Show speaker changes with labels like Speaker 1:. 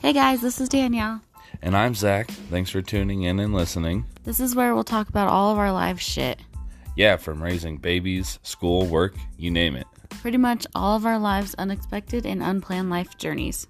Speaker 1: Hey guys, this is Danielle.
Speaker 2: And I'm Zach. Thanks for tuning in and listening.
Speaker 1: This is where we'll talk about all of our life shit.
Speaker 2: Yeah, from raising babies, school, work, you name it.
Speaker 1: Pretty much all of our lives' unexpected and unplanned life journeys.